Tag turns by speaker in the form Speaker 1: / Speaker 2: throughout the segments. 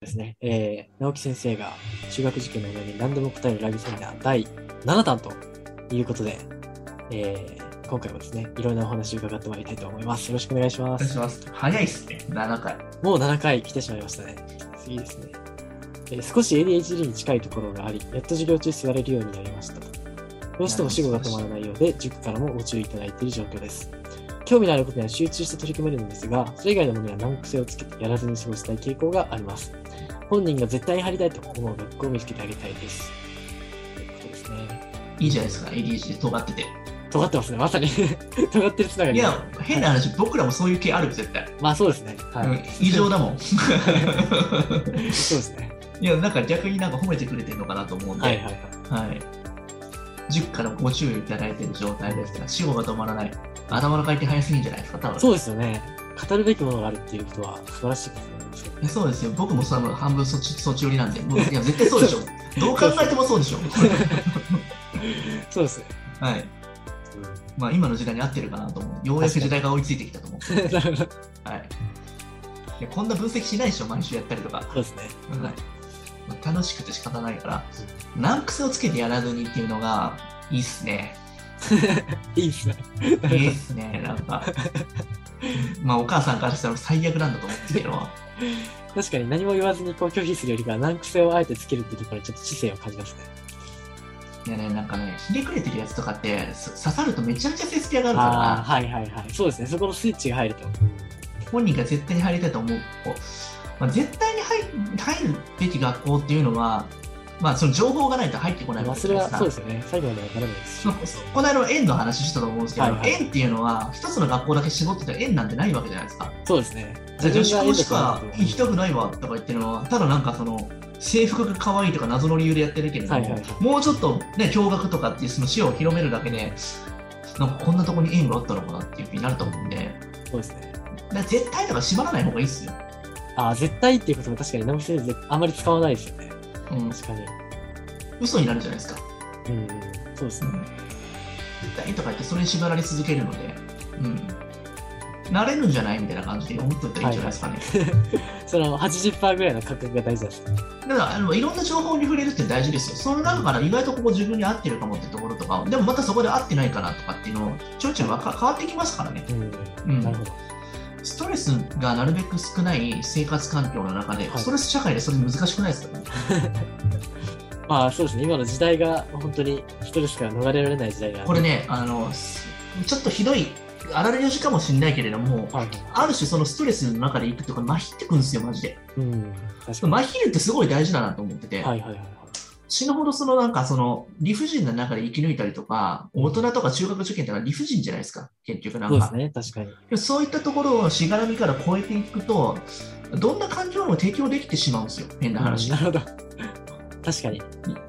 Speaker 1: ですね、えー、直木先生が中学受験のように何でも答えるラグセミナー第7弾ということで、えー、今回もですね、いろんなお話を伺ってまいりたいと思います。よろしくお願いしま
Speaker 2: お願いし
Speaker 1: す。
Speaker 2: ます。早いっすね、7回。
Speaker 1: もう7回来てしまいましたね。次ですね。えー少し ADHD に近いところがあり、やっと授業中座れるようになりましたと。どうしても死後が止まらないようで、塾からもご注意いただいている状況です。興味のあることには集中して取り組めるのですが、それ以外のものには難癖をつけてやらずに過ごしたい傾向があります。本人が絶対に入りたいと思う学校を見つけてあげたいです。ということですね。
Speaker 2: いいじゃないですか、ADHD 尖ってて。
Speaker 1: 尖ってますね、まさに。 尖ってるつながり。
Speaker 2: いや、変な話、僕らもそういう系あるよ、絶対。
Speaker 1: まあそうですね。はい。
Speaker 2: うん異常だもん。
Speaker 1: そうですね。
Speaker 2: いや、なんか逆になんか褒めてくれてるのかなと思うんで、
Speaker 1: は
Speaker 2: はいい。
Speaker 1: はいはい。
Speaker 2: 10からご注意いただいてる状態ですから、死後が止まらない。頭の回転早すぎんじゃないですか、多分。
Speaker 1: そううですよね。語るべきものがあるっていうことは素晴らしいですね。
Speaker 2: そうですよ、僕も多分半分そっちそっち寄りなんで、もういや、絶対そうでしょ。どう考えてもそうでしょ。
Speaker 1: そうですね。
Speaker 2: はい。まあ、今の時代に合ってるかなと思う。ようやく時代が追いついてきたと思う。
Speaker 1: な るほど
Speaker 2: はい。いやこんな分析しないでしょ、毎週やったりとか。
Speaker 1: そうですね。
Speaker 2: はい、楽しくて仕方ないから、難癖をつけてやらずにっていうのがいいっすね。
Speaker 1: いいですね。
Speaker 2: いいっす ね、なんか。まあ、お母さんからしたら最悪なんだと思うんですけど、
Speaker 1: 確かに何も言わずにこう拒否するよりかは難癖をあえてつけるっていうところにちょっと知性を感じますね。
Speaker 2: いやね、なんかね、ひねくれてるやつとかって、す刺さるとめちゃめちゃセスピアがある
Speaker 1: ああ、
Speaker 2: か
Speaker 1: はいはいはい。そうですね。そこのスイッチが入ると。
Speaker 2: ら、本人が絶対に入りたいと思う子。まあ、絶対に入入るべき学校っていうのは、まあ、その情報がないと入ってこない
Speaker 1: ま
Speaker 2: わ
Speaker 1: あ、
Speaker 2: け
Speaker 1: そ
Speaker 2: じ
Speaker 1: れ
Speaker 2: ゃな
Speaker 1: は
Speaker 2: いです
Speaker 1: そ
Speaker 2: か
Speaker 1: うですよね。最後までわからないですし。
Speaker 2: まあそこの間の縁の話したと思うんですけど、
Speaker 1: はいはい
Speaker 2: 縁っていうのは、一つの学校だけ絞ってたら縁なんてないわけじゃないですか。
Speaker 1: そうですね。
Speaker 2: じゃあ女子校し
Speaker 1: 自分が得た
Speaker 2: か
Speaker 1: ことだと思う
Speaker 2: 行きたくないわとか言ってるのは、ただなんかその、制服が可愛いとか謎の理由でやってるけれど
Speaker 1: は
Speaker 2: も、
Speaker 1: いはいはい
Speaker 2: もうちょっとね、驚愕とかっていうその視野を広めるだけで、なんかこんなとこに縁があったのかなっていうふうになると思うんで、だ
Speaker 1: そうですね。
Speaker 2: から絶対とか縛らない方がいいっすよ。
Speaker 1: ああ、絶対っていうことも確かに直木先生あまり使わないですよね。
Speaker 2: うん、
Speaker 1: 確かに。
Speaker 2: 嘘になるじゃないですか。
Speaker 1: うん、うん。そうですね。
Speaker 2: 絶対とか言って、それに縛られ続けるので、うん。慣れるんじゃないみたいな感じで思っといたらいいんじゃないですかね。
Speaker 1: その80%ぐらいの感覚が大事なんですね。
Speaker 2: だからあのいろんな情報に触れるって大事ですよ。その中から意外とここ自分に合ってるかもってところとか、でもまたそこで合ってないかなとかっていうのをちょいちょいわか変わってきますからね。
Speaker 1: う。
Speaker 2: うんん
Speaker 1: なるほど。
Speaker 2: ストレスがなるべく少ない生活環境の中で、
Speaker 1: はい
Speaker 2: ストレス社会でそれ難しくないですか、
Speaker 1: まあそうですね、今の時代が本当にストレスから逃れられない時代が
Speaker 2: これ、ね、あの、すちょっとひどい、あられるしかもしれないけれども、
Speaker 1: はい、
Speaker 2: ある種そのストレスの中でいくとか、まひってくんですよ、マジで。
Speaker 1: うん、確かに。
Speaker 2: まひるってすごい大事だなと思ってて。
Speaker 1: はいはいはいはい。
Speaker 2: 死ぬほどそのなんかその理不尽な中で生き抜いたりとか、大人とか中学受験とか理不尽じゃないですか、結局なん
Speaker 1: そうで
Speaker 2: か。
Speaker 1: すね、確かに。
Speaker 2: でもそういったところをしがらみから超えていくと、どんな環境にも適応できてしまうんですよ、変な話。
Speaker 1: うんなるほど。確かに。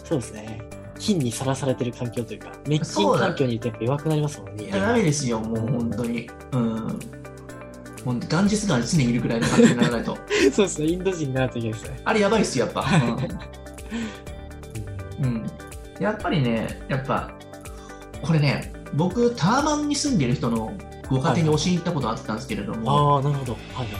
Speaker 1: そうですね。菌にさらされてる環境というか、滅菌環境にいるとやっぱ弱くなりますもんね。
Speaker 2: いやダメですよ、もう本当に。うん。もうガンジス川に常にいるぐらいの感じになら ないと。
Speaker 1: そうですね、インド人になるといけないですね。
Speaker 2: あれやばいっすよ、やっぱ。うん。うんやっぱりね、やっぱ、これね、僕、ターマンに住んでる人のご家庭に教えに行ったことあったんですけれども、
Speaker 1: ああ、なるほど。はいはい。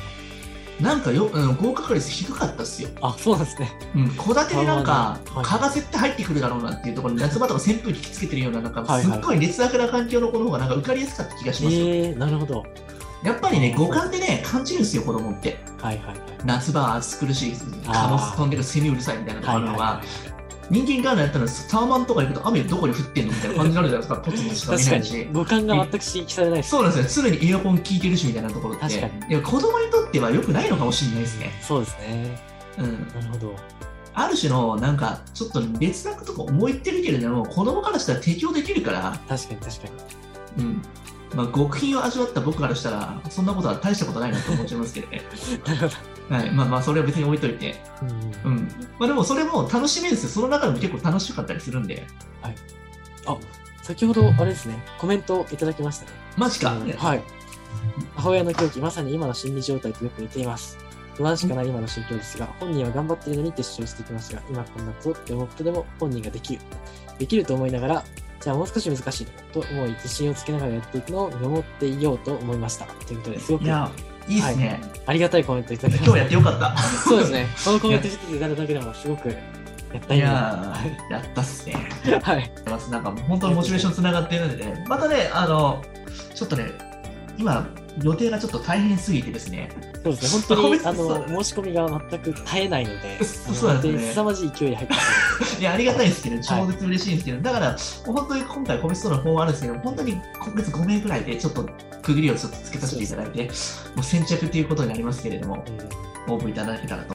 Speaker 2: なんかよ、うん、合格率低かったっすよ。
Speaker 1: あ、そうなんですね。
Speaker 2: うん、戸建てでなんか
Speaker 1: あーなるほどはい、
Speaker 2: 蚊が絶対入ってくるだろうなっていうところに夏場とか扇風機つけてるような、なん
Speaker 1: は
Speaker 2: か
Speaker 1: い
Speaker 2: す
Speaker 1: はい
Speaker 2: っごい劣悪な環境の子の方がなんか受かりやすかった気がしますよ。
Speaker 1: ええー、なるほど。
Speaker 2: やっぱりね、五感でね、感じるんですよ、子供って。
Speaker 1: はいはいはい。
Speaker 2: 夏場は暑苦しい、蚊
Speaker 1: あ
Speaker 2: の
Speaker 1: ー
Speaker 2: 飛んでるセミうるさいみたいなところ
Speaker 1: はい
Speaker 2: は
Speaker 1: は、
Speaker 2: 人間がやったらタワマンとか行くと雨どこに降ってんのみたいな感じになるじゃないですか、ポツポツしか 見
Speaker 1: 確
Speaker 2: な
Speaker 1: か
Speaker 2: い
Speaker 1: に
Speaker 2: し、。
Speaker 1: 五感が全く刺激されないです。
Speaker 2: そうなんですよ、常にエアコン効いてるしみたいなところって。
Speaker 1: 確かに
Speaker 2: いや、子供にとっては良くないのかもしれないですね。
Speaker 1: そうですね。
Speaker 2: うん。
Speaker 1: なるほど。
Speaker 2: ある種のなんかちょっと劣悪とか思いってるけれども子供からしたら適応できるから、
Speaker 1: 確かに確かに。
Speaker 2: うんまあ、極貧を味わった僕からしたらそんなことは大したことないなと思っちゃいますけど ね、
Speaker 1: なるほ
Speaker 2: はい、まあまあそれは別に置いといて、
Speaker 1: ど。うんうん
Speaker 2: うんまあ、でもそれも楽しめるんですよその中でも結構楽しかったりするんで
Speaker 1: 先ほどあれですねコメントをいただきましたね
Speaker 2: マジか、
Speaker 1: うんはい母親の狂気まさに今の心理状態とよく似ています不安しかない今の心境ですが本人は頑張っているのに撤収してきましたが今こんなことって思うことでも本人ができるできると思いながらじゃあもう少し難しいと思い自信をつけながらやっていくのを見守っていようと思いましたということですごく
Speaker 2: いやいいですね、
Speaker 1: ありがたいコメントいただきま
Speaker 2: 今
Speaker 1: し
Speaker 2: 日やってよかった。
Speaker 1: た。そうですね。このコメント一ついただくだけでもすごくやった
Speaker 2: い
Speaker 1: 意味
Speaker 2: や
Speaker 1: が
Speaker 2: ー、やったっすね。
Speaker 1: はい。
Speaker 2: やってます。なんかもう本当にモチベーションつながっているので、ね、またね、あの、ちょっとね、今、予定がちょっと大変すぎてですね、
Speaker 1: そうですね。本当
Speaker 2: ごめ
Speaker 1: に
Speaker 2: んな
Speaker 1: あ
Speaker 2: さい
Speaker 1: の申し込みが全く絶えないので、あの
Speaker 2: そう
Speaker 1: 本
Speaker 2: です
Speaker 1: 当
Speaker 2: ね
Speaker 1: に凄まじい勢いで入ってき
Speaker 2: いや、ありがたいんですけど、超絶嬉しいんですけど、だから、本当に今回、コミストの本あるんですけど、本当に今月5名くらいで、ちょっと区切りをちょっとつけさせていただいて、もう先着ということになりますけれども、
Speaker 1: てる。うん
Speaker 2: 応募いただけたらと